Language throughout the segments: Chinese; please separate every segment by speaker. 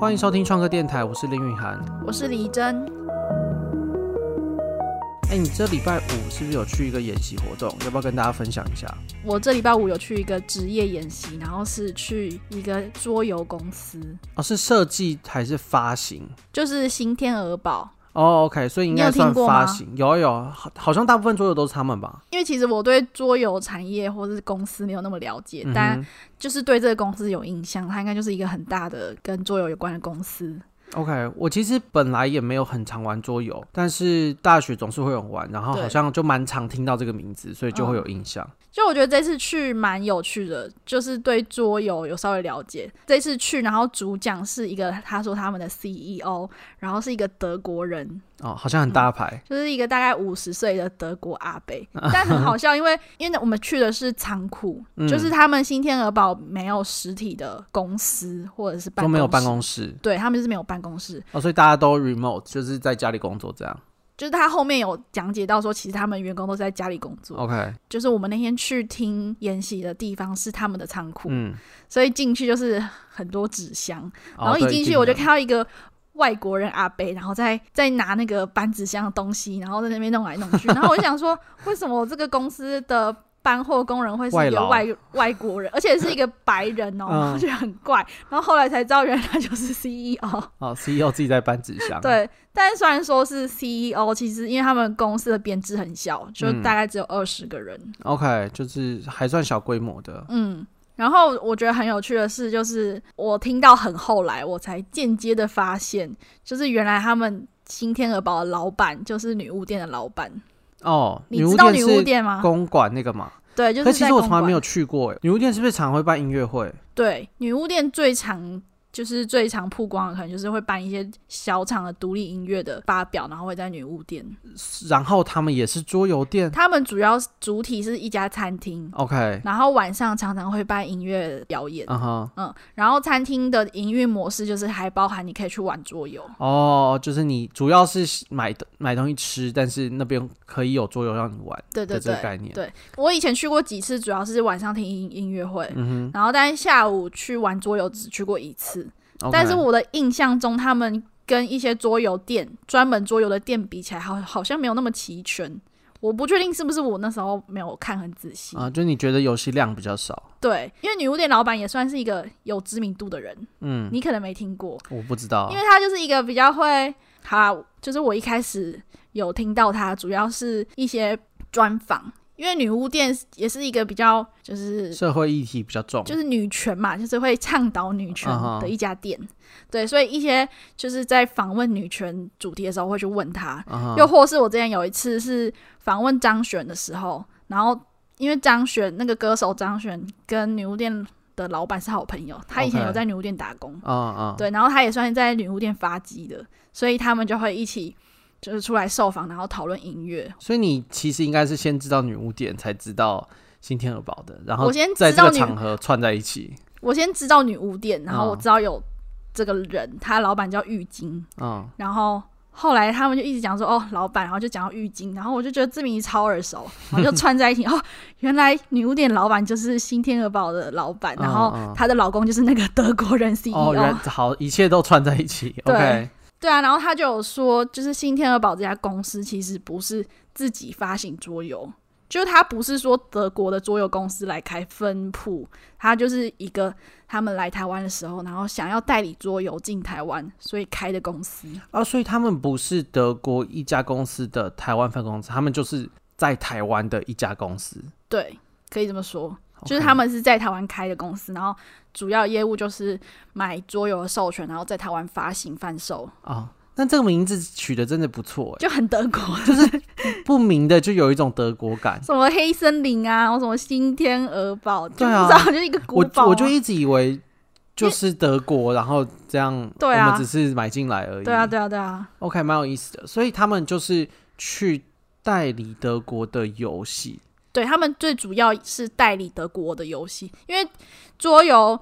Speaker 1: 欢迎收听创客电台，我是林允涵。
Speaker 2: 我是李真，
Speaker 1: 哎，你这礼拜五是不是有去一个演习活动？要不要跟大家分享一下？
Speaker 2: 我这礼拜五有去一个职业演习，然后是去一个桌游公司，
Speaker 1: 哦，是设计还是发行？
Speaker 2: 就是新天鹅堡。
Speaker 1: 哦，OK，所以应
Speaker 2: 你
Speaker 1: 该
Speaker 2: 有听
Speaker 1: 算
Speaker 2: 过
Speaker 1: 发
Speaker 2: 吗
Speaker 1: 行。有啊有啊，好，好像大部分桌游都是他们吧？
Speaker 2: 因为其实我对桌游产业或者是公司没有那么了解，
Speaker 1: 嗯
Speaker 2: 但
Speaker 1: 哼
Speaker 2: 就是对这个公司有印象，它应该就是一个很大的跟桌游有关的公司。
Speaker 1: OK，我其实本来也没有很常玩桌游，但是大学总是会有玩，然后
Speaker 2: 对
Speaker 1: 好像就蛮常听到这个名字，所以就会有印象。
Speaker 2: 就我觉得这次去蛮有趣的，就是对桌游有稍微了解。这次去，然后主讲是一个他说他们的 CEO，然后是一个德国人，
Speaker 1: 哦，好像很大牌。
Speaker 2: 就是一个大概五十岁的德国阿 伯，但很好笑，因为因为我们去的是仓库，
Speaker 1: 嗯
Speaker 2: 就是他们新天鹅堡没有实体的公司或者是嗯办
Speaker 1: 都
Speaker 2: 公室
Speaker 1: 没有办，公室
Speaker 2: 对他们就是没有办公室，
Speaker 1: 哦，所以大家都 remote，就是在家里工作这样。
Speaker 2: 就是他后面有讲解到说，其实他们员工都是在家里工作，
Speaker 1: OK，
Speaker 2: 就是我们那天去听演习的地方是他们的仓库，
Speaker 1: 嗯，
Speaker 2: 所以进去就是很多纸箱，
Speaker 1: 哦
Speaker 2: 然后一
Speaker 1: 对
Speaker 2: 进去我就
Speaker 1: 了
Speaker 2: 看到一个。外国人阿伯，然后再再拿那个搬纸箱的东西，然后在那边弄来弄去，然后我就 想说，为什么这个公司的搬货工人会是一个
Speaker 1: 外
Speaker 2: 外外国人，而且是一个白人哦，
Speaker 1: 嗯
Speaker 2: 我觉得很怪。然后后来才知道，原来他就是 CEO。
Speaker 1: 哦，CEO 自己在搬纸箱。，
Speaker 2: 对，但是虽然说是 CEO，其实因为他们公司的编制很小，就
Speaker 1: 嗯
Speaker 2: 大概只有二十个人，
Speaker 1: OK，就是还算小规模的。
Speaker 2: 嗯，然后我觉得很有趣的是，就是我听到很后来，我才间接的发现，就是原来他们新天鹅堡的老板就是女巫店的老板，
Speaker 1: 哦，
Speaker 2: 你
Speaker 1: 巫
Speaker 2: 知道
Speaker 1: 店
Speaker 2: 女巫
Speaker 1: 是
Speaker 2: 店吗？
Speaker 1: 公馆那个嘛？
Speaker 2: 对，就
Speaker 1: 可
Speaker 2: 是
Speaker 1: 其
Speaker 2: 在
Speaker 1: 实我
Speaker 2: 公
Speaker 1: 从来没
Speaker 2: 馆
Speaker 1: 有去过欸诶。女巫店是不是常会办音乐会？
Speaker 2: 对女巫店最常。就是最常曝光的，可能就是会办一些小场的独立音乐的发表，然后会在女巫店。
Speaker 1: 然后他们也是桌游店。
Speaker 2: 他们主要主体是一家餐厅，
Speaker 1: OK，
Speaker 2: 然后晚上常常会办音乐表演。
Speaker 1: 嗯哼。
Speaker 2: 嗯，然后餐厅的营运模式就是还包含你可以去玩桌游。
Speaker 1: 哦，就是你主要是买的买东西吃，但是那边可以有桌游让你玩
Speaker 2: 对对
Speaker 1: 的这个
Speaker 2: 对，
Speaker 1: 概念。
Speaker 2: 对我以前去过几次，主要是晚上听音音乐会，
Speaker 1: 嗯
Speaker 2: 然后但是下午去玩桌游只去过一次。
Speaker 1: 哼，
Speaker 2: 但是
Speaker 1: OK
Speaker 2: 我的印象中，他们跟一些桌游店、专门桌游的店比起来，好好像没有那么齐全。我不确定是不是我那时候没有看很仔细。
Speaker 1: 啊，就你觉得游戏量比较少？
Speaker 2: 对，因为女巫店老板也算是一个有知名度的人，
Speaker 1: 嗯，
Speaker 2: 你可能没听过，
Speaker 1: 我不知道
Speaker 2: 因。为他就是一个比较会，好啦，就是我一开始有听到他，主要是一些专访，因为女巫店也是一个比较就是
Speaker 1: 社会议题比较重，
Speaker 2: 就是女权嘛，就是会倡导女权
Speaker 1: 嗯哼
Speaker 2: 的一家店对，所以一些就是在访问女权主题的时候会去问他，
Speaker 1: 嗯哼
Speaker 2: 又或是我之前有一次是访问张悬的时候，然后因为张悬那个歌手张悬跟女巫店的老板是好朋友，他以前
Speaker 1: OK
Speaker 2: 有在女巫店打工。
Speaker 1: 啊啊，
Speaker 2: 对，然后他也算是在女巫店发迹的，所以他们就会一起就是出来受访，然后讨论音乐。
Speaker 1: 所以你其实应该是先知道女巫店，才知道新天鹅堡的，然后
Speaker 2: 我先
Speaker 1: 在
Speaker 2: 知
Speaker 1: 这
Speaker 2: 道
Speaker 1: 个
Speaker 2: 女，
Speaker 1: 场合串在一起。
Speaker 2: 我先知道女巫店，然后我
Speaker 1: 嗯
Speaker 2: 知道有这个人，他老板叫玉晶，
Speaker 1: 嗯，
Speaker 2: 然后。后来他们就一直讲说哦，老板，然后就讲到浴巾，然后我就觉得这名字超耳熟，然后就串 在一起。哦，原来女巫店老板就是新天鹅堡的老板，然后
Speaker 1: 嗯嗯
Speaker 2: 她的老公就是那个德国人 E CEO。
Speaker 1: 哦，原好，一切都串在一起。
Speaker 2: 啊对
Speaker 1: OK，
Speaker 2: 对啊，然后他就有说，就是新天鹅堡这家公司其实不是自己发行桌游，就他不是说德国的桌游公司来开分铺，他就是一个他们来台湾的时候，然后想要代理桌游进台湾，所以开的公司。
Speaker 1: 啊，所以他们不是德国一家公司的台湾分公司，他们就是在台湾的一家公司，
Speaker 2: 对，可以这么说，就是
Speaker 1: OK
Speaker 2: 他们是在台湾开的公司，然后主要业务就是买桌游的授权，然后在台湾发行贩售，
Speaker 1: 哦。那这个名字取得真的不错、
Speaker 2: 就很德国，
Speaker 1: 欸，不明的就有一种德国感。
Speaker 2: 什么黑森林啊，然后什么新天鹅堡，就
Speaker 1: 对啊
Speaker 2: 不知道就是一个古
Speaker 1: 我
Speaker 2: 堡啊、
Speaker 1: 我就一直以为就是德国，然后这样，
Speaker 2: 对啊
Speaker 1: 我们只是买进来而已。
Speaker 2: 对啊，对啊，对啊，
Speaker 1: OK，蛮有意思的。所以他们就是去代理德国的游戏，
Speaker 2: 对他们最主要是代理德国的游戏，因为桌游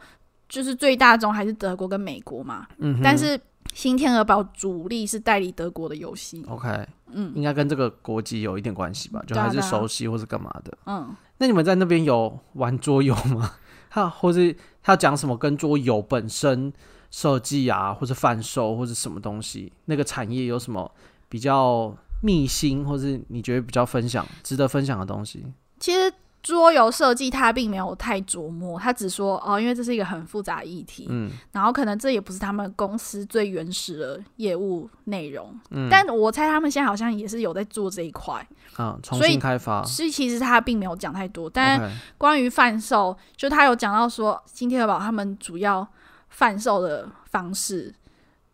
Speaker 2: 就是最大宗还是德国跟美国嘛，
Speaker 1: 嗯哼，
Speaker 2: 但是新天鹅堡主力是代理德国的游戏，
Speaker 1: OK，
Speaker 2: 嗯
Speaker 1: 应该跟这个国籍有一点关系吧，就
Speaker 2: 对啊
Speaker 1: 还是
Speaker 2: 对啊
Speaker 1: 熟悉或是干嘛的。
Speaker 2: 嗯，
Speaker 1: 那你们在那边有玩桌游吗？他或是他讲什么跟桌游本身设计啊，或是贩售或是什么东西，那个产业有什么比较秘辛，或是你觉得比较分享、值得分享的东西？
Speaker 2: 其实桌游设计他并没有太琢磨，他只说哦，因为这是一个很复杂的议题，
Speaker 1: 嗯，
Speaker 2: 然后可能这也不是他们公司最原始的业务内容。
Speaker 1: 嗯
Speaker 2: 但我猜他们现在好像也是有在做这一块，
Speaker 1: 啊，哦重
Speaker 2: 所以
Speaker 1: 新开发。
Speaker 2: 所以其实他并没有讲太多。但
Speaker 1: OK，
Speaker 2: 关于贩售，就他有讲到说，金天鹅堡他们主要贩售的方式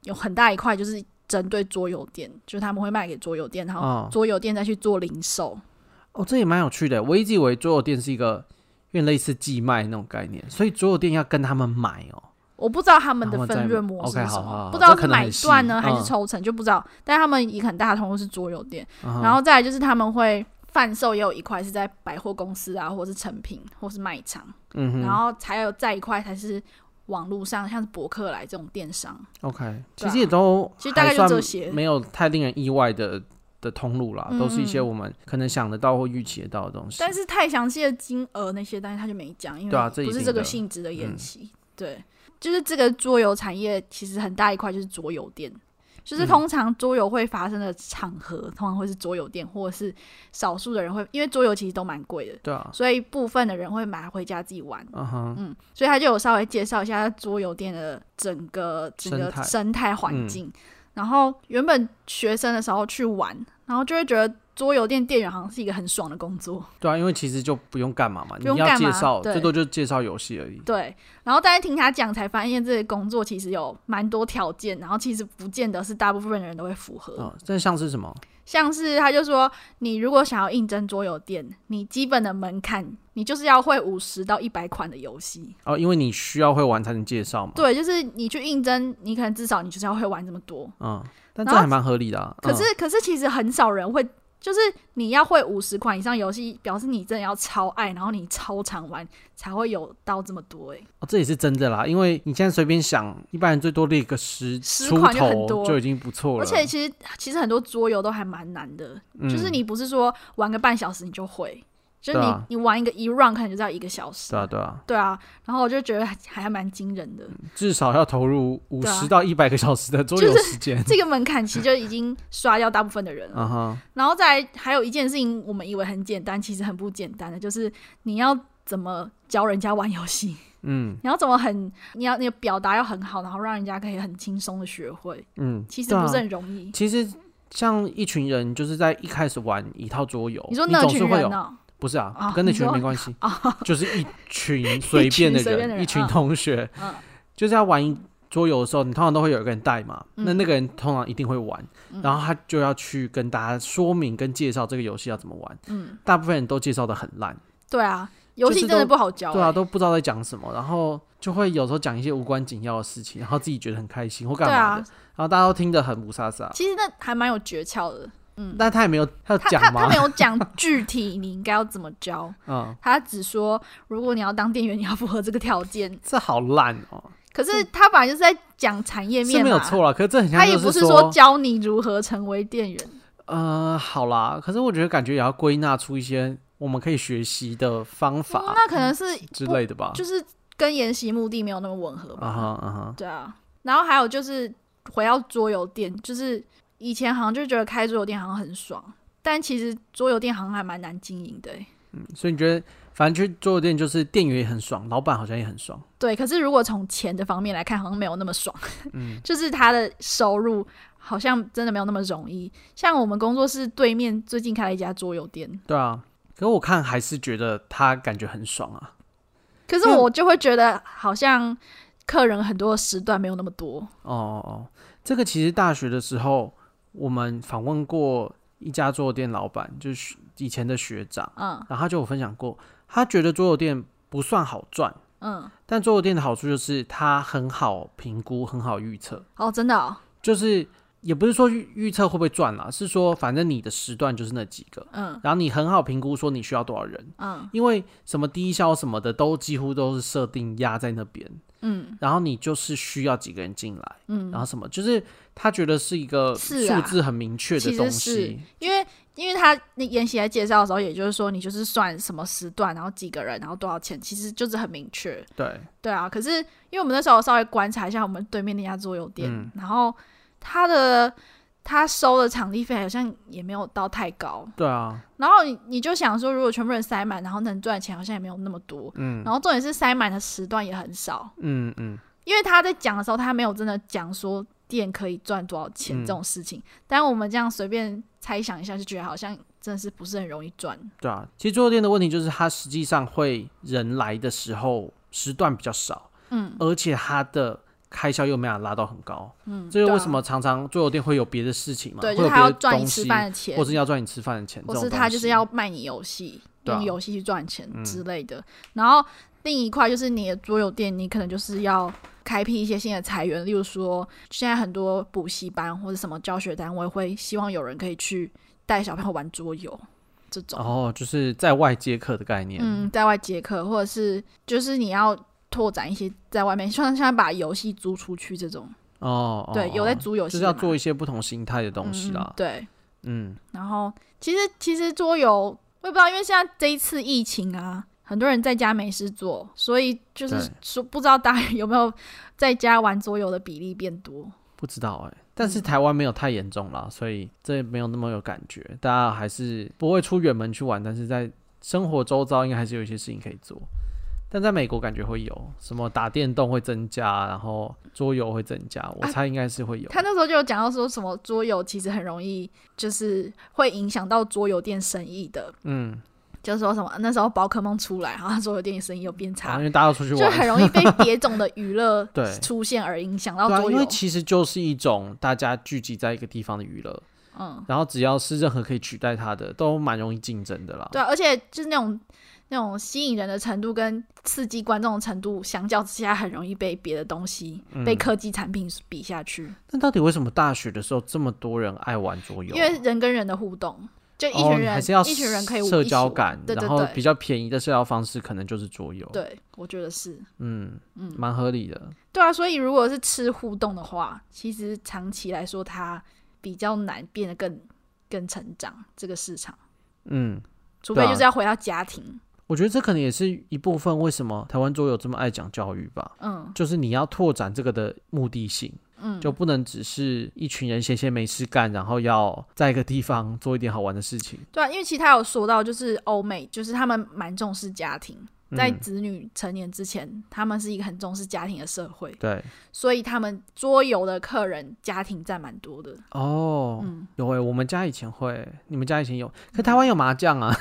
Speaker 2: 有很大一块就是针对桌游店，就是他们会卖给桌游店，然后
Speaker 1: 哦
Speaker 2: 桌游店再去做零售。
Speaker 1: 哦，这也蛮有趣的。我一直以为桌游店是一个有点类似寄卖那种概念，所以桌游店要跟他们买哦。
Speaker 2: 我不知道他们
Speaker 1: 他
Speaker 2: 的
Speaker 1: 们在
Speaker 2: 分润模式是
Speaker 1: 哦 OK，
Speaker 2: 什
Speaker 1: 好好
Speaker 2: 么
Speaker 1: 好，
Speaker 2: 不知
Speaker 1: 这
Speaker 2: 道是
Speaker 1: 可能
Speaker 2: 买
Speaker 1: 很细
Speaker 2: 断呢还是
Speaker 1: 嗯
Speaker 2: 抽成，就不知道。但他们一个很大的通路是桌游店，
Speaker 1: 嗯
Speaker 2: 然后再来就是他们会贩售，也有一块是在百货公司啊，或是成品，或是卖场，
Speaker 1: 嗯哼，
Speaker 2: 然后还有再一块才是网络上，像是博客来这种电商。
Speaker 1: OK，
Speaker 2: 对
Speaker 1: 其
Speaker 2: 啊
Speaker 1: 实也都
Speaker 2: 其实大概
Speaker 1: 还
Speaker 2: 就这
Speaker 1: 算
Speaker 2: 些
Speaker 1: 没有太令人意外的的通路啦，都是一些
Speaker 2: 嗯嗯
Speaker 1: 我们可能想得到或预期得到的东西。
Speaker 2: 但是太详细的金额那些，但是他就没讲，因
Speaker 1: 对啊
Speaker 2: 为
Speaker 1: 这一
Speaker 2: 不是
Speaker 1: 定
Speaker 2: 这个
Speaker 1: 的
Speaker 2: 性质的延
Speaker 1: 嗯
Speaker 2: 期。对，就是这个桌游产业其实很大一块就是桌游店，
Speaker 1: 嗯
Speaker 2: 就是通常桌游会发生的场合，通常会是桌游店，或者是少数的人会，因为桌游其实都蛮贵的，
Speaker 1: 对啊，
Speaker 2: 所以部分的人会买回家自己玩。
Speaker 1: 嗯哼，
Speaker 2: 嗯，所以他就有稍微介绍一下桌游店的整个整
Speaker 1: 生
Speaker 2: 个
Speaker 1: 态嗯
Speaker 2: 生态环境。然后原本学生的时候去玩，然后就会觉得桌游店店员好像是一个很爽的工作，
Speaker 1: 对啊，因为其实就不用干嘛嘛，你
Speaker 2: 用干
Speaker 1: 要介
Speaker 2: 嘛
Speaker 1: 绍
Speaker 2: 对
Speaker 1: 最多就介绍游戏而已。
Speaker 2: 对。然后但是听他讲才发现，这个工作其实有蛮多条件，然后其实不见得是大部分人都会符合。
Speaker 1: 嗯，这像是什么？
Speaker 2: 像是他就说，你如果想要应征桌游店，你基本的门槛，你就是要会五十到一百款的游戏。
Speaker 1: 哦，因为你需要会玩才能介绍嘛。
Speaker 2: 对，就是你去应征，你可能至少你就是要会玩这么多。
Speaker 1: 嗯，但
Speaker 2: 然
Speaker 1: 这
Speaker 2: 后
Speaker 1: 还蛮合理的啊。
Speaker 2: 可
Speaker 1: 嗯
Speaker 2: 是、可是其实很少人会，就是你要会五十款以上游戏，表示你真的要超爱，然后你超常玩才会有到这么多哎、
Speaker 1: 哦，这也是真的啦，因为你现在随便想，一般人最多列个十
Speaker 2: 十
Speaker 1: 出
Speaker 2: 款就很
Speaker 1: 头
Speaker 2: 多
Speaker 1: 就已经不错了。
Speaker 2: 而且其实其实很多桌游都还蛮难的，就是
Speaker 1: 啊嗯
Speaker 2: 你不是说玩个半小时你就会，就是你、
Speaker 1: 对啊
Speaker 2: 你玩一个一 round 可能就是要一个小时。
Speaker 1: 对啊对啊，
Speaker 2: 对啊然后我就觉得还还蛮惊人的，
Speaker 1: 至少要投入五
Speaker 2: 对啊
Speaker 1: 十到一百个小时的桌
Speaker 2: 就
Speaker 1: 游
Speaker 2: 是
Speaker 1: 时间。
Speaker 2: 这个门槛其实就已经刷掉大部分的人了。
Speaker 1: 嗯哼，
Speaker 2: 然后再来还有一件事情，我们以为很简单，其实很不简单的，就是你要怎么教人家玩游戏。
Speaker 1: 嗯
Speaker 2: 你要怎么很，你要你的表达要很好，然后让人家可以很轻松的学会，
Speaker 1: 嗯，
Speaker 2: 其实
Speaker 1: 对啊
Speaker 2: 不是很容易。
Speaker 1: 其实像一群人，就是在一开始玩一套桌游，
Speaker 2: 啊哦你说那
Speaker 1: 总是
Speaker 2: 群
Speaker 1: 会
Speaker 2: 人
Speaker 1: 有，
Speaker 2: 呢、
Speaker 1: 不是啊
Speaker 2: 哦，
Speaker 1: 跟那群人
Speaker 2: 你说
Speaker 1: 没关 系
Speaker 2: 哦，
Speaker 1: 就是一群随便的
Speaker 2: 一群随便的
Speaker 1: 人，
Speaker 2: 人
Speaker 1: 一群
Speaker 2: 嗯
Speaker 1: 同学
Speaker 2: 嗯，
Speaker 1: 就是在玩桌游的时候，你通常都会有一个人带嘛，
Speaker 2: 嗯
Speaker 1: 那那个人通常一定会玩，然后他就要去跟大家说明跟介绍这个游戏要怎么玩，
Speaker 2: 嗯，
Speaker 1: 大部分人都介绍的很烂，
Speaker 2: 对啊，游戏
Speaker 1: 就是
Speaker 2: 真
Speaker 1: 都
Speaker 2: 的不好教、
Speaker 1: 对啊，
Speaker 2: 欸
Speaker 1: 都不知道在讲什么，然后就会有时候讲一些无关紧要的事情，然后自己觉得很开心或干
Speaker 2: 对
Speaker 1: 嘛
Speaker 2: 啊
Speaker 1: 的，，然后大家都听得很不飒飒，
Speaker 2: 其实那还蛮有诀窍的。
Speaker 1: 但他也没有他有
Speaker 2: 嗯他
Speaker 1: 讲
Speaker 2: 他他
Speaker 1: 吗
Speaker 2: 没？有讲具体你应该要怎么教，
Speaker 1: 嗯，
Speaker 2: 他只说如果你要当店员，你要符合这个条件。
Speaker 1: 这好烂哦。
Speaker 2: 可是他本来就是在讲产业面
Speaker 1: 是
Speaker 2: 嘛，
Speaker 1: 没有错了，可是这很像
Speaker 2: 他也
Speaker 1: 就
Speaker 2: 不是
Speaker 1: 说，
Speaker 2: 教你如何成为店员。
Speaker 1: 呃，好啦，可是我觉得感觉也要归纳出一些我们可以学习的方法
Speaker 2: 那可能是
Speaker 1: 之
Speaker 2: 不
Speaker 1: 类的吧。
Speaker 2: 就是跟研习目的没嗯有那么吻合吧。
Speaker 1: 啊哈啊哈，
Speaker 2: 对啊，然后还有就是回到桌游店，就是以前好像就觉得开桌游店好像很爽，但其实桌游店好像还蛮难经营的欸。
Speaker 1: 所以你觉得，反正去桌游店就是店员也很爽，老板好像也很爽。
Speaker 2: 对，可是如果从钱的方面来看，好像没有那么爽。嗯， 就是他的收入好像真的没有那么容易。像我们工作室对面最近开了一家桌游店，
Speaker 1: 对啊，可是我看还是觉得他感觉很爽啊。
Speaker 2: 可是我就会觉得好像客人很多的时段没有那么多。
Speaker 1: 哦哦哦，这个其实大学的时候我们访问过一家桌游店老板，就是以前的学长，
Speaker 2: 嗯
Speaker 1: 然后他就有分享过，他觉得桌游店不算好赚。
Speaker 2: 嗯，
Speaker 1: 但桌游店的好处就是它很好评估，很好预测，
Speaker 2: 哦，真的、哦，
Speaker 1: 就是也不是说预预测会不会赚啦，是说反正你的时段就是那几个，
Speaker 2: 嗯
Speaker 1: 然后你很好评估说你需要多少人，
Speaker 2: 嗯
Speaker 1: 因为什么低消什么的都几乎都是设定压在那边，
Speaker 2: 嗯
Speaker 1: 然后你就是需要几个人进来，
Speaker 2: 嗯
Speaker 1: 然。后什么就是他觉得是一个
Speaker 2: 是啊
Speaker 1: 数字很明确的
Speaker 2: 其
Speaker 1: 东
Speaker 2: 实是
Speaker 1: 西，
Speaker 2: 因为因为他那妍希来介绍的时候，也就是说你就是算什么时段，然后几个人，然后多少钱，其实就是很明确。
Speaker 1: 对，
Speaker 2: 对啊，可是因为我们那时候稍微观察一下我们对面那家桌游店，
Speaker 1: 嗯
Speaker 2: 然后他的他收的场地费好像也没有到太高，
Speaker 1: 对啊，
Speaker 2: 然后你你就想说，如果全部人塞满，然后能赚钱好像也没有那么多，
Speaker 1: 嗯
Speaker 2: 然后重点是塞满的时段也很少，
Speaker 1: 嗯嗯，
Speaker 2: 因为他在讲的时候，他没有真的讲说店可以赚多少钱
Speaker 1: 嗯
Speaker 2: 这种事情，但我们这样随便猜想一下，就觉得好像真的是不是很容易赚，
Speaker 1: 对啊。其实桌游店的问题就是，它实际上会人来的时候时段比较少，
Speaker 2: 嗯，
Speaker 1: 而且它的开销又没法拉到很高，嗯，这就是为什么常常桌游店会有别的事情嘛，
Speaker 2: 啊
Speaker 1: 会
Speaker 2: 对，就
Speaker 1: 有
Speaker 2: 是
Speaker 1: 别
Speaker 2: 他要
Speaker 1: 的
Speaker 2: 赚你
Speaker 1: 东
Speaker 2: 吃
Speaker 1: 西，
Speaker 2: 饭的钱，
Speaker 1: 或是要赚你吃饭的钱，
Speaker 2: 或
Speaker 1: 这
Speaker 2: 是
Speaker 1: 种
Speaker 2: 他
Speaker 1: 东
Speaker 2: 就是
Speaker 1: 西
Speaker 2: 要卖你游戏，
Speaker 1: 对啊
Speaker 2: 用游戏去赚钱之类的。然后另一块就是你的桌游店，你可能就是要开辟一些新的裁员，例如说现在很多补习班或者什么教学单位会希望有人可以去带小朋友玩桌游这种，
Speaker 1: 哦，就是在外接客的概念，
Speaker 2: 嗯，在外接客，或者是就是你要拓展一些在外面，像像把游戏租出去这种，
Speaker 1: 哦，哦
Speaker 2: 对，有在
Speaker 1: 哦
Speaker 2: 租游
Speaker 1: 就
Speaker 2: 戏
Speaker 1: 是
Speaker 2: 的嘛，
Speaker 1: 要做一些不同形态的东西
Speaker 2: 嗯
Speaker 1: 啦，
Speaker 2: 对，
Speaker 1: 嗯，
Speaker 2: 然后其实其实桌游，我也不知道，因为现在这一次疫情啊，很多人在家没事做，所以就是
Speaker 1: 对
Speaker 2: 说不知道大家 有没有在家玩桌游的比例变多。
Speaker 1: 不知道哎、但
Speaker 2: 嗯
Speaker 1: 是台湾没有太严重啦，所以这没有那么有感觉，大家还是不会出远门去玩，但是在生活周遭应该还是有一些事情可以做。但在美国感觉会有什么打电动会增加，然后桌游会增加，我
Speaker 2: 啊
Speaker 1: 猜应该是会有。
Speaker 2: 他那时候就有讲到说什么桌游其实很容易就是会影响到桌游店生意的，
Speaker 1: 嗯，
Speaker 2: 就是说什么那时候宝可梦出来，然后桌游店生意又变
Speaker 1: 然后
Speaker 2: 差
Speaker 1: 因，为大家都出去
Speaker 2: 就
Speaker 1: 玩，
Speaker 2: 很容易被别种的娱乐
Speaker 1: 对
Speaker 2: 出现而影响到
Speaker 1: 对啊，
Speaker 2: 桌
Speaker 1: 因
Speaker 2: 游
Speaker 1: 为。其实就是一种大家聚集在一个地方的娱乐，
Speaker 2: 嗯，
Speaker 1: 然后只要是任何可以取代它的，都蛮容易竞争的啦。
Speaker 2: 对、啊，而且就是那种那种吸引人的程度跟刺激观众的程度，相较之下很容易被别的东西、
Speaker 1: 嗯
Speaker 2: 被科技产品比下去，
Speaker 1: 那到底为什么大学的时候这么多人爱玩桌游啊？
Speaker 2: 因为人跟人的互动，就一
Speaker 1: 哦
Speaker 2: 群
Speaker 1: 你
Speaker 2: 人、
Speaker 1: 还是要
Speaker 2: 一群人可以
Speaker 1: 社
Speaker 2: 一起
Speaker 1: 交
Speaker 2: 玩
Speaker 1: 感，
Speaker 2: 对对
Speaker 1: 然后
Speaker 2: 对
Speaker 1: 比较便宜的社交方式可能就是桌游，，
Speaker 2: 对，我觉得是
Speaker 1: 嗯嗯，蛮合理的，
Speaker 2: 对啊。所以如果是吃互动的话，其实长期来说它比较难变得更更成长这个市场，
Speaker 1: 嗯，
Speaker 2: 除
Speaker 1: 对
Speaker 2: 非
Speaker 1: 啊
Speaker 2: 就是要回到家庭，
Speaker 1: 我觉得这可能也是一部分为什么台湾桌游这么爱讲教育吧，
Speaker 2: 嗯
Speaker 1: 就是你要拓展这个的目的性，
Speaker 2: 嗯，
Speaker 1: 就不能只是一群人闲闲没事干，然后要在一个地方做一点好玩的事情，
Speaker 2: 对啊，因为其实他有说到，就是欧美，就是他们蛮重视家庭，在
Speaker 1: 嗯
Speaker 2: 子女成年之前，他们是一个很重视家庭的社会，
Speaker 1: 对，
Speaker 2: 所以他们桌游的客人家庭占蛮多的。
Speaker 1: 哦，
Speaker 2: 嗯，
Speaker 1: 有诶、我们家以前会，你们家以前有，可台湾有麻将啊，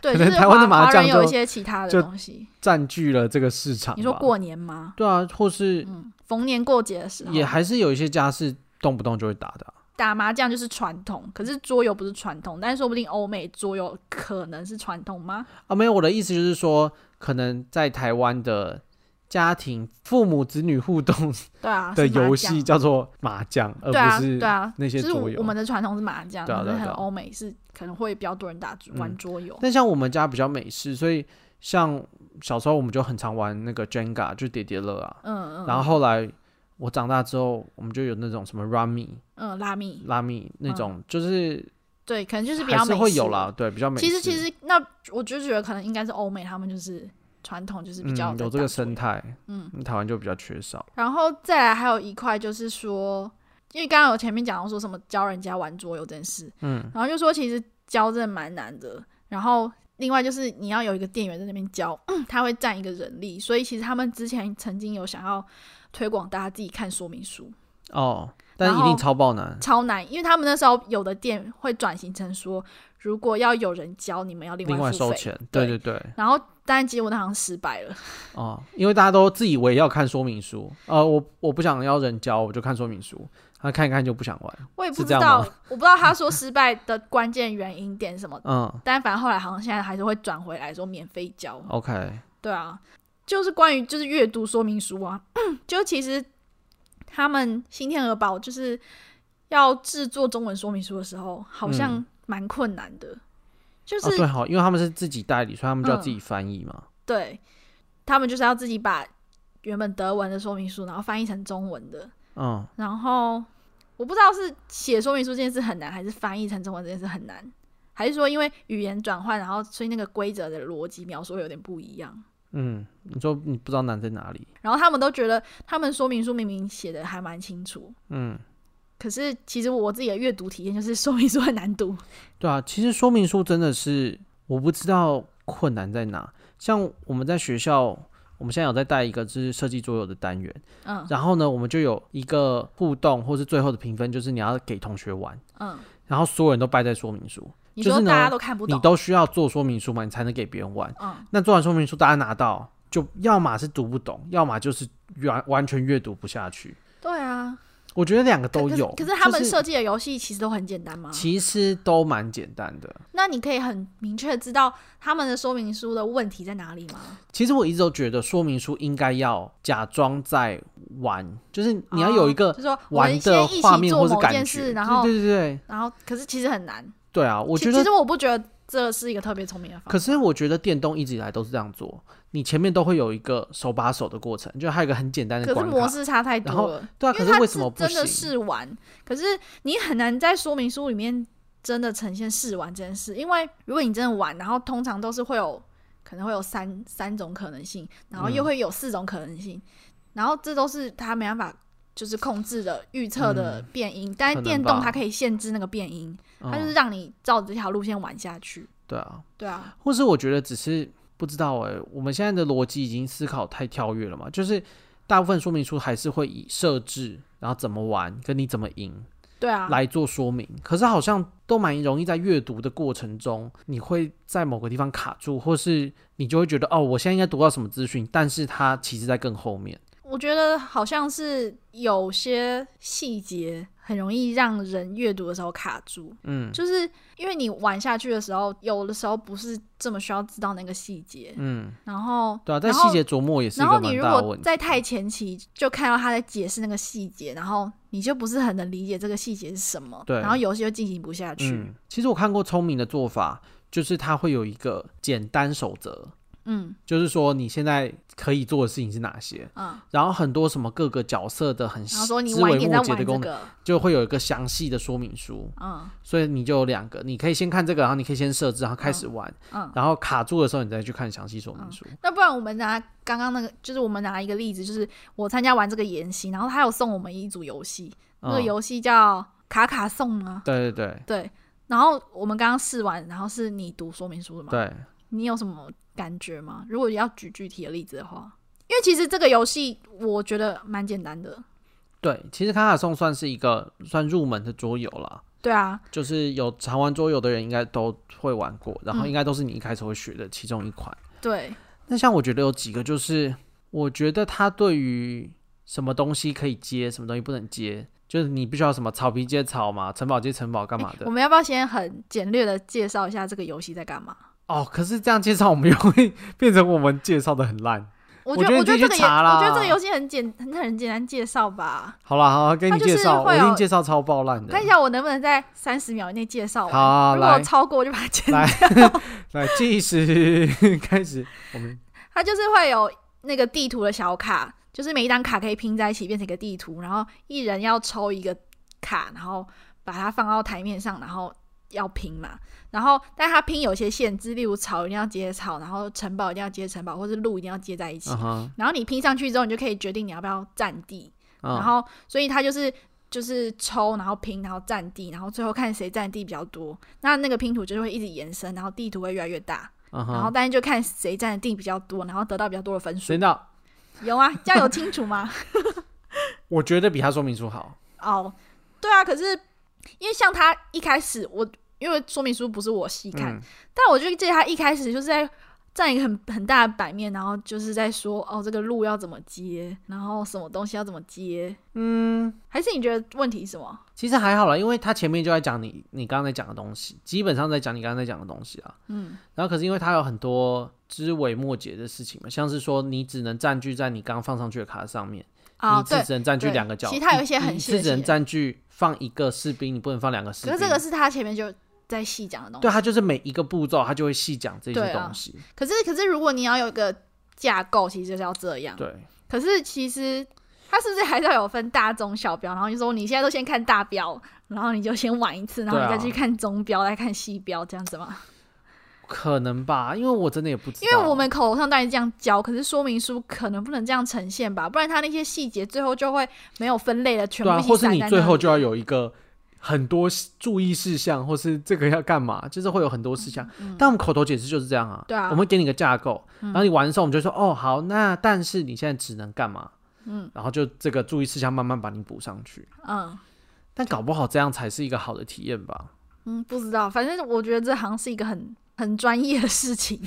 Speaker 2: 对，
Speaker 1: 可
Speaker 2: 就
Speaker 1: 能
Speaker 2: 是
Speaker 1: 台湾的
Speaker 2: 华
Speaker 1: 麻
Speaker 2: 华
Speaker 1: 将
Speaker 2: 人有一
Speaker 1: 就
Speaker 2: 些其他的
Speaker 1: 就
Speaker 2: 东西。
Speaker 1: 占据了这个市场吧，
Speaker 2: 你说过年吗？
Speaker 1: 对啊，或是
Speaker 2: 嗯，逢年过节的时候
Speaker 1: 也还是有一些家是动不动就会打的啊、
Speaker 2: 打麻将就是传统，可是桌游不是传统，但是说不定欧美桌游可能是传统吗？
Speaker 1: 啊，没有，我的意思就是说，可能在台湾的家庭父母子女互动
Speaker 2: 对啊，
Speaker 1: 的
Speaker 2: 是麻
Speaker 1: 游
Speaker 2: 将
Speaker 1: 戏叫做麻将，而
Speaker 2: 对啊
Speaker 1: 不是
Speaker 2: 对啊，
Speaker 1: 那些
Speaker 2: 就是
Speaker 1: 桌
Speaker 2: 我
Speaker 1: 游
Speaker 2: 我们的传统是麻将，
Speaker 1: 对啊
Speaker 2: 可是
Speaker 1: 对啊
Speaker 2: 很
Speaker 1: 对啊
Speaker 2: 欧美是可能会比较多人打桌玩
Speaker 1: 嗯
Speaker 2: 桌游。
Speaker 1: 但像我们家比较美式，所以像小时候我们就很常玩那个 Jenga，就叠叠乐啊。
Speaker 2: 嗯嗯，
Speaker 1: 然后后来我长大之后，我们就有那种什么 Rami、
Speaker 2: 嗯拉米，
Speaker 1: 拉米那种，就是
Speaker 2: 对，可能嗯就是比
Speaker 1: 还
Speaker 2: 较
Speaker 1: 是
Speaker 2: 美
Speaker 1: 会
Speaker 2: 式
Speaker 1: 有
Speaker 2: 的
Speaker 1: 啦，。对，比较美式。
Speaker 2: 其实其实那我就觉得可能应该是欧美他们就是传统就是比较
Speaker 1: 嗯
Speaker 2: 在
Speaker 1: 有这
Speaker 2: 打
Speaker 1: 个
Speaker 2: 桌
Speaker 1: 生
Speaker 2: 游。
Speaker 1: 态，
Speaker 2: 嗯，
Speaker 1: 台湾就比较缺少。
Speaker 2: 然后再来还有一块就是说，因为刚刚有前面讲到说什么教人家玩桌游这件事，
Speaker 1: 嗯，
Speaker 2: 然后就说其实教真的蛮难的，然后。另外就是你要有一个店员在那边教， 他会占一个人力，所以其实他们之前曾经有想要推广大家自己看说明书，
Speaker 1: 哦，但
Speaker 2: 然
Speaker 1: 一定
Speaker 2: 后
Speaker 1: 超爆难。
Speaker 2: 超难，因为他们那时候有的店会转型成说，如果要有人教，你们要另
Speaker 1: 另外
Speaker 2: 外付
Speaker 1: 收
Speaker 2: 费。
Speaker 1: 钱，
Speaker 2: 对
Speaker 1: 对对，
Speaker 2: 然后，但结果那好像失败了。
Speaker 1: 哦，因为大家都自以为要看说明书，呃，我我不想要人教，我就看说明书，他、看一看就不想玩，
Speaker 2: 我也不
Speaker 1: 是
Speaker 2: 知
Speaker 1: 这样
Speaker 2: 道
Speaker 1: 吗，。
Speaker 2: 我不知道他说失败的关键原因点是什么
Speaker 1: 嗯
Speaker 2: 但反正后来好像现在还是会转回来说免费教。
Speaker 1: ，OK，
Speaker 2: 对啊，就是关于就是阅读说明书啊， 就其实他们新天鹅堡就是要制作中文说明书的时候，好像蛮困难的，就
Speaker 1: 嗯哦
Speaker 2: 是
Speaker 1: 对好，因为他们是自己代理，所以他们就要
Speaker 2: 嗯
Speaker 1: 自己翻译嘛，
Speaker 2: 对，他们就是要自己把原本德文的说明书，然后翻译成中文的。
Speaker 1: 嗯，
Speaker 2: 然后我不知道是写说明书这件事很难，还是翻译成中文这件事很难，还是说因为语言转换，然后所以那个规则的逻辑描述会有点不一样？
Speaker 1: 嗯，你说你不知道难在哪里，
Speaker 2: 然后他们都觉得他们说明书明明写的还蛮清楚，
Speaker 1: 嗯，
Speaker 2: 可是其实我自己的阅读体验就是说明书很 难读。
Speaker 1: 对啊，其实说明书真的是我不知道困难在哪。像我们在学校，我们现在有在带一个就是设计桌游的单元，
Speaker 2: 嗯
Speaker 1: 然后呢，我们就有一个互动或是最后的评分，就是你要给同学玩，
Speaker 2: 嗯，
Speaker 1: 然后所有人都掰在说明书，
Speaker 2: 你
Speaker 1: 就
Speaker 2: 说
Speaker 1: 是呢
Speaker 2: 大家都看不
Speaker 1: 你
Speaker 2: 懂，
Speaker 1: 都需要做说明书嘛，你才能给别人玩。
Speaker 2: 嗯，
Speaker 1: 那做完说明书，大家拿到就要么是读不懂，要么就是完完全阅读不下去。
Speaker 2: 对啊，
Speaker 1: 我觉得两个
Speaker 2: 可
Speaker 1: 都
Speaker 2: 可是
Speaker 1: 有，
Speaker 2: 可是他们
Speaker 1: 就是
Speaker 2: 设嗯计的游戏其实都很简单吗？
Speaker 1: 其实都蛮简单的。
Speaker 2: 那你可以很明确地知道他们的说明书的问题在哪里吗？
Speaker 1: 其实我一直都觉得说明书应该要假装在玩，就是你要有一
Speaker 2: 哦
Speaker 1: 个
Speaker 2: 就说我
Speaker 1: 玩
Speaker 2: 们先
Speaker 1: 的
Speaker 2: 一起
Speaker 1: 画面
Speaker 2: 做
Speaker 1: 或是
Speaker 2: 某
Speaker 1: 感
Speaker 2: 件
Speaker 1: 觉。
Speaker 2: 事，然后
Speaker 1: 对对对对
Speaker 2: 然后可是其实很难。
Speaker 1: 对啊！我
Speaker 2: 其
Speaker 1: 觉
Speaker 2: 其
Speaker 1: 得，
Speaker 2: 实我不觉得这是一个特别聪明的方法。
Speaker 1: 可是我觉得电动一直以来都是这样做，你前面都会有一个手把手的过程，就还有一个很简单的
Speaker 2: 可是
Speaker 1: 关
Speaker 2: 模
Speaker 1: 卡。
Speaker 2: 式差太
Speaker 1: 然
Speaker 2: 多
Speaker 1: 后
Speaker 2: 了，
Speaker 1: 对啊，
Speaker 2: 因
Speaker 1: 可
Speaker 2: 为
Speaker 1: 是
Speaker 2: 它
Speaker 1: 为什么不
Speaker 2: 真的
Speaker 1: 行？
Speaker 2: 试玩？可是你很难在说明书里面真的呈现试玩这件事，因为如果你真的玩，然后通常都是会有可能会有三三种可能性，然
Speaker 1: 嗯
Speaker 2: 后又会有四种可能性，然后这都是他没办法就是控制的预测的变音，但是
Speaker 1: 嗯可能
Speaker 2: 电动
Speaker 1: 吧
Speaker 2: 它可以限制那个变音，它就是
Speaker 1: 嗯、
Speaker 2: 让你照着这条路线玩下去。
Speaker 1: 对啊，
Speaker 2: 对啊，
Speaker 1: 或是我觉得只是不知道哎、我们现在的逻辑已经思考太跳跃了嘛，就是大部分说明书还是会以设置，然后怎么玩跟你怎么赢
Speaker 2: 对啊，
Speaker 1: 来做说明，可是好像都蛮容易在阅读的过程中，你会在某个地方卡住，或是你就会觉得哦，我现在应该读到什么资讯，但是它其实在更后面。
Speaker 2: 我觉得好像是有些细节很容易让人阅读的时候卡住，
Speaker 1: 嗯
Speaker 2: 就是因为你玩下去的时候，有的时候不是这么需要知道那个细节，
Speaker 1: 嗯，
Speaker 2: 然后
Speaker 1: 对啊，但
Speaker 2: 然后
Speaker 1: 细节琢磨也是一
Speaker 2: 然后
Speaker 1: 个
Speaker 2: 你
Speaker 1: 蛮
Speaker 2: 如
Speaker 1: 大的
Speaker 2: 果
Speaker 1: 问题。
Speaker 2: 在太前期就看到他在解释那个细节，然后你就不是很能理解这个细节是什么，
Speaker 1: 对
Speaker 2: 然后游戏就进行不下去，
Speaker 1: 嗯，其实我看过聪明的做法，就是它会有一个简单守则，
Speaker 2: 嗯
Speaker 1: 就是说你现在可以做的事情是哪些，
Speaker 2: 嗯，
Speaker 1: 然后很多什么各个角色的很
Speaker 2: 然后说你
Speaker 1: 枝
Speaker 2: 晚一
Speaker 1: 微
Speaker 2: 点再
Speaker 1: 末节的
Speaker 2: 玩这
Speaker 1: 功能，
Speaker 2: 个，
Speaker 1: 就会有一个详细的说明书。
Speaker 2: 嗯
Speaker 1: 所以你就有两个，你可以先看这个，然后你可以先设置，然后开始玩，
Speaker 2: 嗯。
Speaker 1: 然后卡住的时候你再去看详细说明书。
Speaker 2: 那不然我们拿刚刚那个，就是我们拿一个例子，就是我参加完这个研习，然后他有送我们一组游戏，那个
Speaker 1: 嗯
Speaker 2: 游戏叫卡卡颂吗？
Speaker 1: 对对对
Speaker 2: 对。然后我们刚刚试完，然后是你读说明书的嘛？
Speaker 1: 对，
Speaker 2: 你有什么感觉吗？如果要举具体的例子的话，因为其实这个游戏我觉得蛮简单的。
Speaker 1: 对，其实卡卡颂算是一个算入门的桌游啦，
Speaker 2: 对啊，
Speaker 1: 就是有常玩桌游的人应该都会玩过，然后
Speaker 2: 嗯
Speaker 1: 应该都是你一开始会学的其中一款。
Speaker 2: 对，
Speaker 1: 那像我觉得有几个，就是我觉得它对于什么东西可以接，什么东西不能接，就是你必须要什么草皮接草嘛，城堡接城堡干嘛的
Speaker 2: 哎我。们要不要先很简略的介绍一下这个游戏在干嘛？
Speaker 1: 哦，可是这样介绍我们又会变成我们介绍的很烂。
Speaker 2: 我
Speaker 1: 我
Speaker 2: 觉
Speaker 1: 觉得
Speaker 2: 我
Speaker 1: 你
Speaker 2: 觉得
Speaker 1: 自己
Speaker 2: 这
Speaker 1: 去
Speaker 2: 个游，
Speaker 1: 查啦
Speaker 2: 我觉得这个游戏很简，很很简单介绍吧。
Speaker 1: 好啦，好啦，给
Speaker 2: 它
Speaker 1: 你
Speaker 2: 就是
Speaker 1: 介绍，我
Speaker 2: 会
Speaker 1: 一
Speaker 2: 有
Speaker 1: 定介绍超爆烂
Speaker 2: 我
Speaker 1: 的
Speaker 2: 看一。下我能不能在三十秒以内介绍完。
Speaker 1: 好啊
Speaker 2: 如果
Speaker 1: 来
Speaker 2: 超过我就把它剪
Speaker 1: 来来，计时 开 始，我们
Speaker 2: 它就是会有那个地图的小卡，就是每一张卡可以拼在一起变成一个地图，然后一人要抽一个卡，然后把它放到台面上，然后要拼嘛。然后，但它拼有些限制，例如草一定要接草，然后城堡一定要接城堡，或是路一定要接在一起。
Speaker 1: 嗯哼，
Speaker 2: 然后你拼上去之后，你就可以决定你要不要占地。然
Speaker 1: 嗯
Speaker 2: 后，所以它就是就是抽，然后拼，然后占地，然后最后看谁占地比较多。那那个拼图就会一直延伸，然后地图会越来越大。
Speaker 1: 嗯
Speaker 2: 然后
Speaker 1: 哼，
Speaker 2: 但是就看谁占的地比较多，然后得到比较多的分数
Speaker 1: 谁。到？
Speaker 2: 有 啊，这样有清楚吗？
Speaker 1: 我觉得比他说明书好。
Speaker 2: 哦，对啊，可是因为像他一开始我因为说明书不是我细看，
Speaker 1: 嗯，
Speaker 2: 但我就记得他一开始就是在占一个很很大的版面，然后就是在说哦这个路要怎么接，然后什么东西要怎么接。嗯，还是你觉得问题是什么？
Speaker 1: 其实还好啦，因为他前面就在讲你你刚才讲的东西，基本上在讲你刚才讲的东西啊。
Speaker 2: 嗯，
Speaker 1: 然后可是因为它有很多枝微末节的事情嘛，像是说你只能占据在你刚放上去的卡上面，
Speaker 2: 啊、
Speaker 1: 你
Speaker 2: 对
Speaker 1: 只。只能占据
Speaker 2: 对
Speaker 1: 两个角，
Speaker 2: 其他有一些很
Speaker 1: 你
Speaker 2: 细的
Speaker 1: 是只能
Speaker 2: 细节
Speaker 1: 占据放一个士兵，你不能放两个士
Speaker 2: 可
Speaker 1: 兵。
Speaker 2: 是这个是他前面就在细讲的东西。
Speaker 1: 对，它就是每一个步骤，它就会细讲这
Speaker 2: 对
Speaker 1: 些
Speaker 2: 啊
Speaker 1: 东西。
Speaker 2: 可是可是如果你要有一个架构，其实就是要这样。
Speaker 1: 对，
Speaker 2: 可是其实他是不是还是要有分大中小标？然后你说你现在都先看大标，然后你就先玩一次，然后
Speaker 1: 啊
Speaker 2: 你再去看中标，再看细标，这样子吗？
Speaker 1: 可能吧，因为我真的也不知道，
Speaker 2: 因为我们口头上当然这样教，可是说明书可能不能这样呈现吧，不然它那些细节最后就会没有分类了，全
Speaker 1: 对
Speaker 2: 部
Speaker 1: 啊，
Speaker 2: 一
Speaker 1: 或
Speaker 2: 起
Speaker 1: 是
Speaker 2: 散
Speaker 1: 你
Speaker 2: 在
Speaker 1: 最
Speaker 2: 那
Speaker 1: 后
Speaker 2: 里
Speaker 1: 就要有一个很多注意事项，或是这个要干嘛，就是会有很多事项。但我们口头解释就是这样啊，
Speaker 2: 嗯对啊
Speaker 1: 我
Speaker 2: 嗯
Speaker 1: 们会给你一个架构，然后你完的时候我们就说，哦，好，那但是你现在只能干嘛？嗯，然后就这个注意事项慢慢把你补上去，
Speaker 2: 嗯
Speaker 1: 但搞不好这样才是一个好的体验吧。
Speaker 2: 嗯，不知道，反正我觉得这好像是一个很很专业的 事情，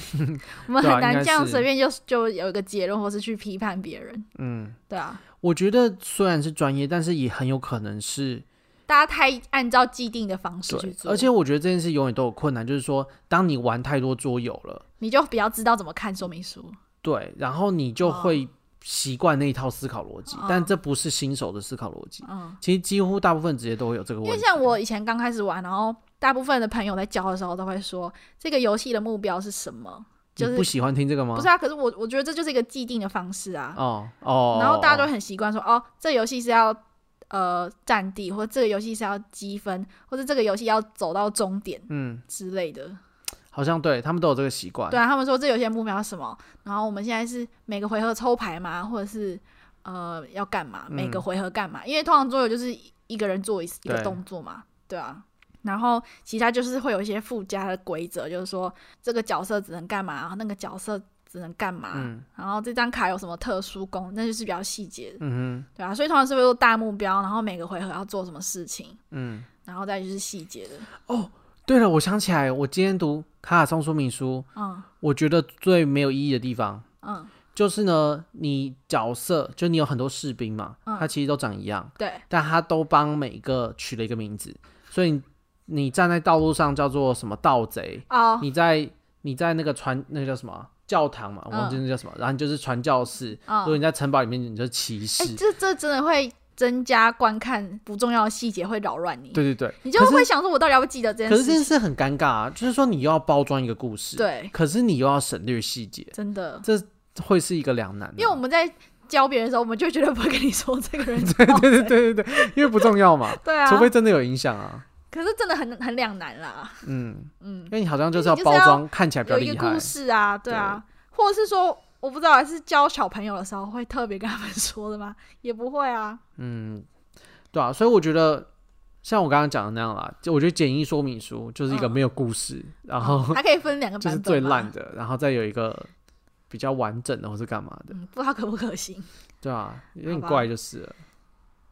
Speaker 2: 我们
Speaker 1: 对啊应
Speaker 2: 很难
Speaker 1: 该
Speaker 2: 这样
Speaker 1: 是
Speaker 2: 随便就就有一个结论，或是去批判别人。
Speaker 1: 嗯，
Speaker 2: 对啊，
Speaker 1: 我觉得虽然是专业，但是也很有可能是
Speaker 2: 大家太按照既定的方式去
Speaker 1: 对，
Speaker 2: 做，
Speaker 1: 而且我觉得这件事永远都有困难，就是说，当你玩太多桌游了。
Speaker 2: 你就比较知道怎么看说明书。
Speaker 1: 对，然后你就
Speaker 2: 嗯
Speaker 1: 会习惯那一套思考逻辑，
Speaker 2: 哦
Speaker 1: 但这不是新手的思考逻辑。
Speaker 2: 嗯，
Speaker 1: 其实几乎大部分职业都会有这个
Speaker 2: 因
Speaker 1: 问
Speaker 2: 为
Speaker 1: 题。
Speaker 2: 像我以前刚开始玩，然后大部分的朋友在教的时候都会说，这个游戏的目标是什么？就
Speaker 1: 你
Speaker 2: 是
Speaker 1: 不喜欢听这个吗？
Speaker 2: 不是啊？可是我我觉得这就是一个既定的方式啊。
Speaker 1: 哦哦，
Speaker 2: 然后大家都很习惯说，哦，这个游戏是要呃占地，或者这个游戏是要积分，或者这个游戏要走到终点
Speaker 1: 嗯，
Speaker 2: 之类的。
Speaker 1: 好像对他们都有这个习惯。
Speaker 2: 对啊，他们说这游戏的目标是什么？然后我们现在是每个回合抽牌吗？或者是呃要干嘛？每个
Speaker 1: 嗯
Speaker 2: 回合干嘛？因为通常桌游就是一个人做一一个
Speaker 1: 对
Speaker 2: 动作嘛，对啊。然后其他就是会有一些附加的规则，就是说这个角色只能干嘛，然后那个角色只能干嘛，
Speaker 1: 嗯
Speaker 2: 然后这张卡有什么特殊功，那就是比较细节的，
Speaker 1: 嗯
Speaker 2: 对啊。所以通常是会做大目标，然后每个回合要做什么事情，
Speaker 1: 哼嗯。
Speaker 2: 然后再就是细节的，
Speaker 1: 对了，我想起来，我今天读卡卡松说明书，
Speaker 2: 嗯
Speaker 1: 我觉得最没有意义的地方
Speaker 2: 嗯，
Speaker 1: 就是呢，你角色就你有很多士兵嘛，
Speaker 2: 嗯
Speaker 1: 他其实都长一样，
Speaker 2: 对，
Speaker 1: 但他都帮每一个取了一个名字，所以你你站在道路上叫做什么盗贼，
Speaker 2: 哦，
Speaker 1: 你在你在那个传那个叫什么啊教堂嘛，我忘记那叫什么，然后你就是传教士。如果
Speaker 2: 嗯，
Speaker 1: 你在城堡里面，你就是骑士
Speaker 2: 哎、。这这真的会增加观看不重要的细节，会扰乱你。
Speaker 1: 对对对，
Speaker 2: 你就
Speaker 1: 可是
Speaker 2: 会想说，我到底要不要记得这
Speaker 1: 可
Speaker 2: 件
Speaker 1: 是这
Speaker 2: 事
Speaker 1: 件
Speaker 2: 情？
Speaker 1: 事很尴尬啊，就是说你又要包装一个故事，，嗯
Speaker 2: 对，
Speaker 1: 可是你又要省略细节，
Speaker 2: 真的，
Speaker 1: 会是一个两难啊。
Speaker 2: 因为我们在教别人的时候，我们就会觉得不会跟你说这个人
Speaker 1: 对对对对对，因为不重要嘛，
Speaker 2: 对啊
Speaker 1: 除，非真的有影响啊。
Speaker 2: 可是真的很很两难啦，
Speaker 1: 嗯，
Speaker 2: 嗯
Speaker 1: 因，为你好像就是
Speaker 2: 因为
Speaker 1: 要
Speaker 2: 你就是
Speaker 1: 包
Speaker 2: 要
Speaker 1: 装，看起来比较
Speaker 2: 有一
Speaker 1: 厉
Speaker 2: 个故
Speaker 1: 害。
Speaker 2: 事啊，对啊，或者是说，我不知道是教小朋友的时候会特别跟他们说的吗？也不会啊，
Speaker 1: 嗯，对啊，所以我觉得像我刚刚讲的那样啦，就我觉得简易说明书就是一个
Speaker 2: 嗯
Speaker 1: 没有故事，然后
Speaker 2: 还可以分两个
Speaker 1: 就
Speaker 2: 版
Speaker 1: 是
Speaker 2: 本，
Speaker 1: 最烂，的，然后再有一个比较完整的，或是干嘛的，
Speaker 2: 嗯，不知道可不可行。
Speaker 1: 对啊，有点
Speaker 2: 好吧
Speaker 1: 怪就是了。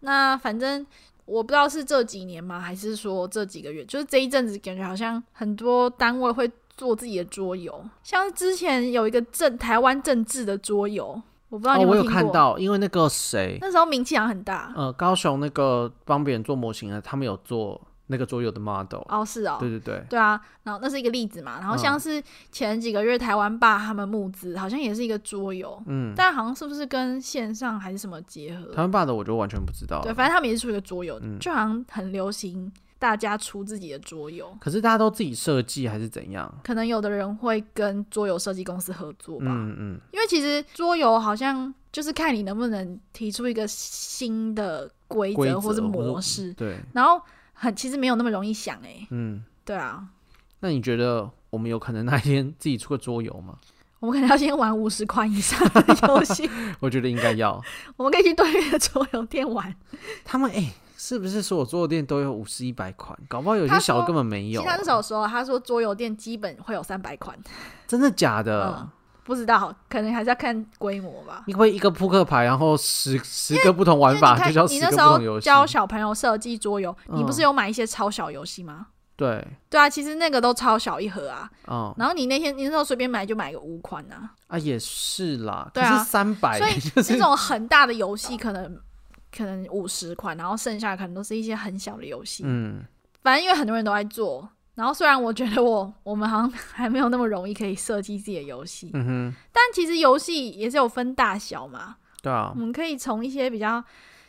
Speaker 2: 那反正我不知道是这几年吗，还是说这几个月，就是这一阵子感觉好像很多单位会做自己的桌游，像是之前有一个政台湾政治的桌游，我不知道
Speaker 1: 哦，
Speaker 2: 你有
Speaker 1: 我
Speaker 2: 没
Speaker 1: 有
Speaker 2: 听
Speaker 1: 看
Speaker 2: 过，
Speaker 1: 到，因为那个谁，
Speaker 2: 那时候名气好像很大。
Speaker 1: 呃，高雄那个帮别人做模型的，他们有做那个桌游的 model，
Speaker 2: 哦，是哦，
Speaker 1: 对对嗯对，
Speaker 2: 对啊，然后那是一个例子嘛，然后像是前几个月台湾爸他们募资，好像也是一个桌游，
Speaker 1: 嗯，
Speaker 2: 但好像是不是跟线上还是什么结合？
Speaker 1: 台湾爸的我就完全不知道
Speaker 2: 对，
Speaker 1: 了。
Speaker 2: 反正他们也是出一个桌游，
Speaker 1: 嗯
Speaker 2: 就好像很流行大家出自己的桌游。
Speaker 1: 可是大家都自己设计还是怎样？
Speaker 2: 可能有的人会跟桌游设计公司合作吧，
Speaker 1: 嗯嗯，
Speaker 2: 因为其实桌游好像就是看你能不能提出一个新的规
Speaker 1: 规则
Speaker 2: 则或者模式，
Speaker 1: 对，
Speaker 2: 然后很其实没有那么容易想哎、
Speaker 1: 嗯，
Speaker 2: 对啊，
Speaker 1: 那你觉得我们有可能那一天自己出个桌游吗？
Speaker 2: 我们可能要先玩五十块以上的游 戏，
Speaker 1: 我觉得应该要。
Speaker 2: 我们可以去对面的桌游店玩，
Speaker 1: 他们哎、是不是所有桌游店都有五十一百款？搞不好有
Speaker 2: 他
Speaker 1: 些小
Speaker 2: 说
Speaker 1: 的根本没
Speaker 2: 其
Speaker 1: 有
Speaker 2: 实
Speaker 1: 啊、
Speaker 2: 他那时候说，他说桌游店基本会有三百款，
Speaker 1: 真的假的？
Speaker 2: 嗯不知道，可能还是要看规模吧。
Speaker 1: 你会一个扑克牌，然后十十个不同玩
Speaker 2: 因为
Speaker 1: 法，
Speaker 2: 你看
Speaker 1: 就叫
Speaker 2: 你
Speaker 1: 十
Speaker 2: 那
Speaker 1: 个不
Speaker 2: 时
Speaker 1: 同游
Speaker 2: 候
Speaker 1: 戏。
Speaker 2: 教小朋友设计桌游，你不
Speaker 1: 嗯
Speaker 2: 是有买一些超小游戏吗？
Speaker 1: 对，
Speaker 2: 对啊，其实那个都超小一盒啊。
Speaker 1: 嗯
Speaker 2: 然后你那天你那时候随便买就买个五款啊，
Speaker 1: 啊也是啦，
Speaker 2: 对啊
Speaker 1: 可是三百
Speaker 2: 所以
Speaker 1: 就是
Speaker 2: 那种很大的游戏可能可能五十款，然后剩下的可能都是一些很小的游戏。
Speaker 1: 嗯，
Speaker 2: 反正因为很多人都在做，然后虽然我觉得我我们好像还没有那么容易可以设计自己的游戏，
Speaker 1: 嗯哼，
Speaker 2: 但其实游戏也是有分大小嘛，
Speaker 1: 对啊
Speaker 2: 我，们可以从一些比较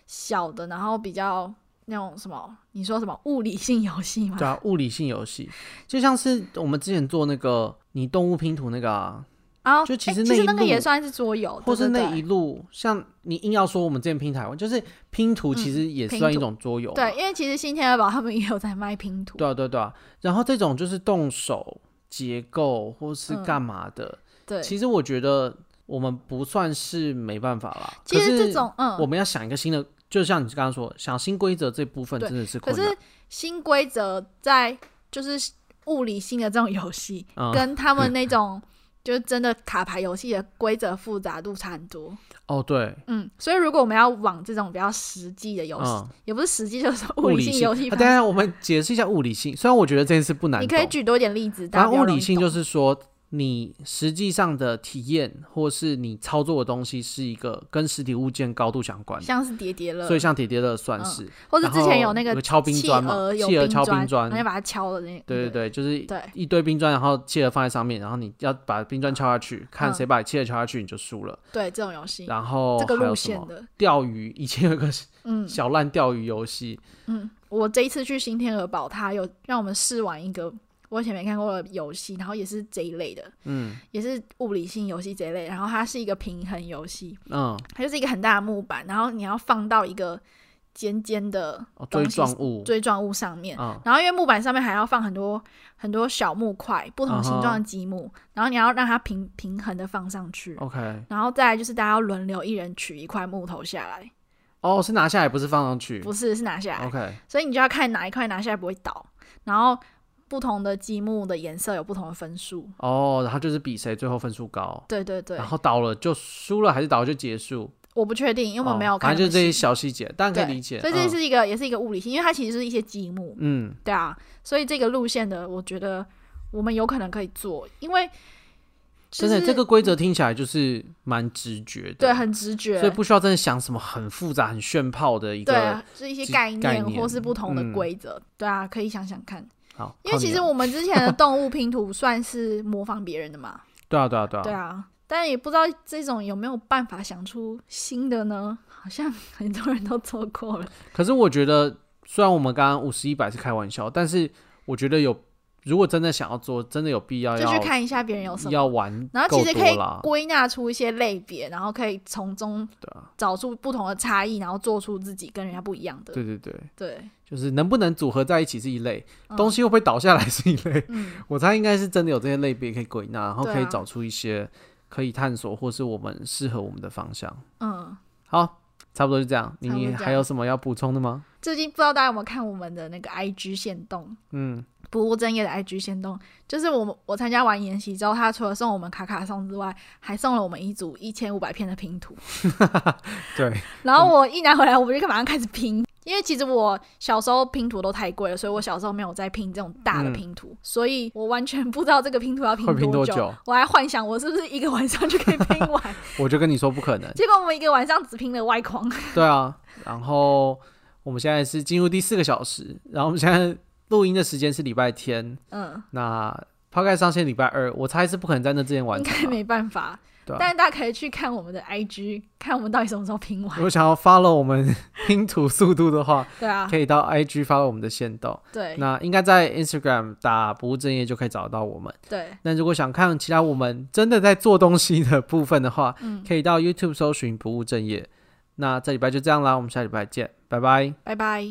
Speaker 2: 小的，然后比较那种什么你说什么物理性游戏嘛，
Speaker 1: 对啊，物理性游戏就像是我们之前做那个你动物拼图那个啊，
Speaker 2: 然后
Speaker 1: 就其
Speaker 2: 诶
Speaker 1: 实
Speaker 2: 其
Speaker 1: 那
Speaker 2: 实
Speaker 1: 一
Speaker 2: 那个
Speaker 1: 路
Speaker 2: 也算是桌游，
Speaker 1: 或
Speaker 2: 对
Speaker 1: 是
Speaker 2: 哦对
Speaker 1: 那
Speaker 2: 对
Speaker 1: 一路，像你硬要说我们之前拼台湾，就是拼图，其实也
Speaker 2: 嗯拼
Speaker 1: 算一
Speaker 2: 图
Speaker 1: 种桌游嘛、啊
Speaker 2: 对，因为其实新天鹅堡他们也有在卖拼图，
Speaker 1: 对啊，对啊对啊。然后这种就是动手结构或是
Speaker 2: 嗯
Speaker 1: 干嘛的，
Speaker 2: 对，
Speaker 1: 其实我觉得我们不算是没办法啦。
Speaker 2: 其
Speaker 1: 可
Speaker 2: 实这
Speaker 1: 是
Speaker 2: 种嗯，
Speaker 1: 我们要想一个新的，就像你刚刚说，想新规则这部分真的是
Speaker 2: 可
Speaker 1: 困难
Speaker 2: 是。新规则在就是物理性的这种 游戏，
Speaker 1: 嗯
Speaker 2: 跟他们那种就是真的卡牌游戏的规则复杂度差很多。
Speaker 1: 哦，对，
Speaker 2: 嗯，所以如果我们要往这种比较实际的游戏，
Speaker 1: 嗯，
Speaker 2: 也不是实际，就是说
Speaker 1: 物
Speaker 2: 理
Speaker 1: 理
Speaker 2: 性游戏
Speaker 1: 啊
Speaker 2: 方
Speaker 1: 等一
Speaker 2: 面，
Speaker 1: 下我们解释一下物理性，虽然我觉得这件事不难
Speaker 2: 你
Speaker 1: 懂，
Speaker 2: 可以举多一点例子，大
Speaker 1: 反正
Speaker 2: 家比较
Speaker 1: 物
Speaker 2: 容
Speaker 1: 理
Speaker 2: 易
Speaker 1: 性
Speaker 2: 懂
Speaker 1: 就是说，你实际上的体验或是你操作的东西是一个跟实体物件高度相关的，
Speaker 2: 像是叠叠乐
Speaker 1: 所，以像叠叠乐算
Speaker 2: 嗯
Speaker 1: 是，
Speaker 2: 或者
Speaker 1: 然
Speaker 2: 之前
Speaker 1: 后
Speaker 2: 那
Speaker 1: 有
Speaker 2: 个
Speaker 1: 个敲冰
Speaker 2: 企
Speaker 1: 砖嘛
Speaker 2: 鹅有
Speaker 1: 企鹅敲冰
Speaker 2: 冰
Speaker 1: 砖
Speaker 2: 然后就把它敲的那个，
Speaker 1: 对对对，就是
Speaker 2: 对
Speaker 1: 一堆冰砖，然后企鹅放在上面，然后你要把冰砖敲下去，看
Speaker 2: 嗯
Speaker 1: 谁把企鹅敲下去你就输了。
Speaker 2: 对，这种游戏，
Speaker 1: 然后
Speaker 2: 这个
Speaker 1: 还
Speaker 2: 路
Speaker 1: 有什
Speaker 2: 线
Speaker 1: 么
Speaker 2: 的，
Speaker 1: 钓鱼，以前有一个
Speaker 2: 嗯，
Speaker 1: 小烂钓鱼游戏，
Speaker 2: 嗯，我这一次去新天鹅堡，它有让我们试玩一个我以前没看过的游戏，然后也是这一类的，
Speaker 1: 嗯
Speaker 2: 也是物理性游戏这一类。然后它是一个平衡游戏，
Speaker 1: 嗯，
Speaker 2: 它就是一个很大的木板，然后你要放到一个尖尖的
Speaker 1: 哦
Speaker 2: 东
Speaker 1: 锥
Speaker 2: 西
Speaker 1: 状物，
Speaker 2: 锥状物上面。
Speaker 1: 嗯
Speaker 2: 然后因为木板上面还要放很多很多小木块，不同形状的积木然后你要让它平平衡的放上去。
Speaker 1: ，OK，
Speaker 2: 然后再来就是大家要轮流一人取一块木头下来，
Speaker 1: 哦，是拿下来不是放上去
Speaker 2: 不是是拿下来。
Speaker 1: ，OK，
Speaker 2: 所以你就要看哪一块拿下来不会倒，然后不同的积木的颜色有不同的分数。
Speaker 1: 哦，然后就是比谁最后分数高，
Speaker 2: 对对对
Speaker 1: 然，后倒了就输了还是倒了就结束，
Speaker 2: 我不确定，因为我们没有
Speaker 1: 哦
Speaker 2: 看
Speaker 1: 反
Speaker 2: 那
Speaker 1: 正就
Speaker 2: 么
Speaker 1: 是这些
Speaker 2: 细，
Speaker 1: 小细节，但可以
Speaker 2: 对
Speaker 1: 理解，
Speaker 2: 所以这
Speaker 1: 嗯
Speaker 2: 是一个、也是一个物理性，因为它其实是一些积木，
Speaker 1: 嗯
Speaker 2: 对啊，所以这个路线的，我觉得我们有可能可以做，因为就
Speaker 1: 真
Speaker 2: 是
Speaker 1: 的这个规则听起来就是蛮直觉的，
Speaker 2: 对很直觉，
Speaker 1: 所以不需要真的想什么很复杂、很炫炮的一
Speaker 2: 对
Speaker 1: 个。
Speaker 2: 啊，是一些
Speaker 1: 基
Speaker 2: 概念
Speaker 1: 概念
Speaker 2: 或是不同的
Speaker 1: 嗯
Speaker 2: 规则，对啊，可以想想看，
Speaker 1: 好，
Speaker 2: 因为
Speaker 1: 靠你哦
Speaker 2: 其实
Speaker 1: 了
Speaker 2: 我们之前的动物 拼图算是模仿别人的嘛，
Speaker 1: 对啊，对啊，对啊，
Speaker 2: 对啊，但也不知道这种有没有办法想出新的呢？ 好像很多人都做过了。
Speaker 1: 可是我觉得，虽然我们刚刚五十一百是开玩笑，但是我觉得有，如果真的想要做，真的有必要
Speaker 2: 就
Speaker 1: 要
Speaker 2: 去看一下别人有什么。
Speaker 1: 要玩
Speaker 2: 然后
Speaker 1: 够
Speaker 2: 其实可以
Speaker 1: 多啦。
Speaker 2: 归纳出一些类别，然后可以从中
Speaker 1: 对啊，
Speaker 2: 找出不同的差异，然后做出自己跟人家不一样的。
Speaker 1: 对对对，
Speaker 2: 对，
Speaker 1: 就是能不能组合在一起是一类，
Speaker 2: 嗯
Speaker 1: 东西会不会倒下来是一类。
Speaker 2: 嗯，
Speaker 1: 我猜应该是真的有这些类别可以归纳，然后
Speaker 2: 对啊
Speaker 1: 可以找出一些可以探索或是我们适合我们的方向。
Speaker 2: 嗯，
Speaker 1: 好，差不多就这样。
Speaker 2: 差不多
Speaker 1: 你
Speaker 2: 这样
Speaker 1: 还有什么要补充的吗？
Speaker 2: 最近不知道大家有没有看我们的那个 IG 线动，
Speaker 1: 嗯，
Speaker 2: 不务正业的 IG 线动，就是我们我参加完研习之后，他除了送我们卡卡送之外，还送了我们一组一千五百片的拼图。
Speaker 1: 对，
Speaker 2: 然后我一拿回来，我就马上开始拼，因为其实我小时候拼图都太贵了，所以我小时候没有在拼这种大的拼图，所以我完全不知道这个拼图要拼
Speaker 1: 嗯会拼多
Speaker 2: 久。
Speaker 1: 久？
Speaker 2: 我还幻想我是不是一个晚上就可以拼 完，
Speaker 1: 我就跟你说不可能。
Speaker 2: 结果我们一个晚上只拼了外 框。
Speaker 1: 对啊，然后我们现在是进入第四个小时，然后我们现在录音的时间是礼拜天，
Speaker 2: 嗯，
Speaker 1: 那抛开上线礼拜二，我猜是不可能在那之前完
Speaker 2: 应
Speaker 1: 成
Speaker 2: 该
Speaker 1: 啊。
Speaker 2: 没办法。
Speaker 1: 对啊
Speaker 2: 但是大家可以去看我们的 IG，看我们到底什么时候拼
Speaker 1: 如
Speaker 2: 完。
Speaker 1: 果想要 follow 我们 拼图速度的话，
Speaker 2: 对啊
Speaker 1: 可，以到 IG follow 我们的线动。
Speaker 2: 对
Speaker 1: 那应该在 Instagram 打不务正业就可以找到我们。
Speaker 2: 对，
Speaker 1: 那如果想看其他我们真的在做东西的部分的话，
Speaker 2: 嗯，
Speaker 1: 可以到 YouTube 搜寻不务正业。那这礼拜就这样啦，我们下礼拜见，拜拜。
Speaker 2: 拜拜。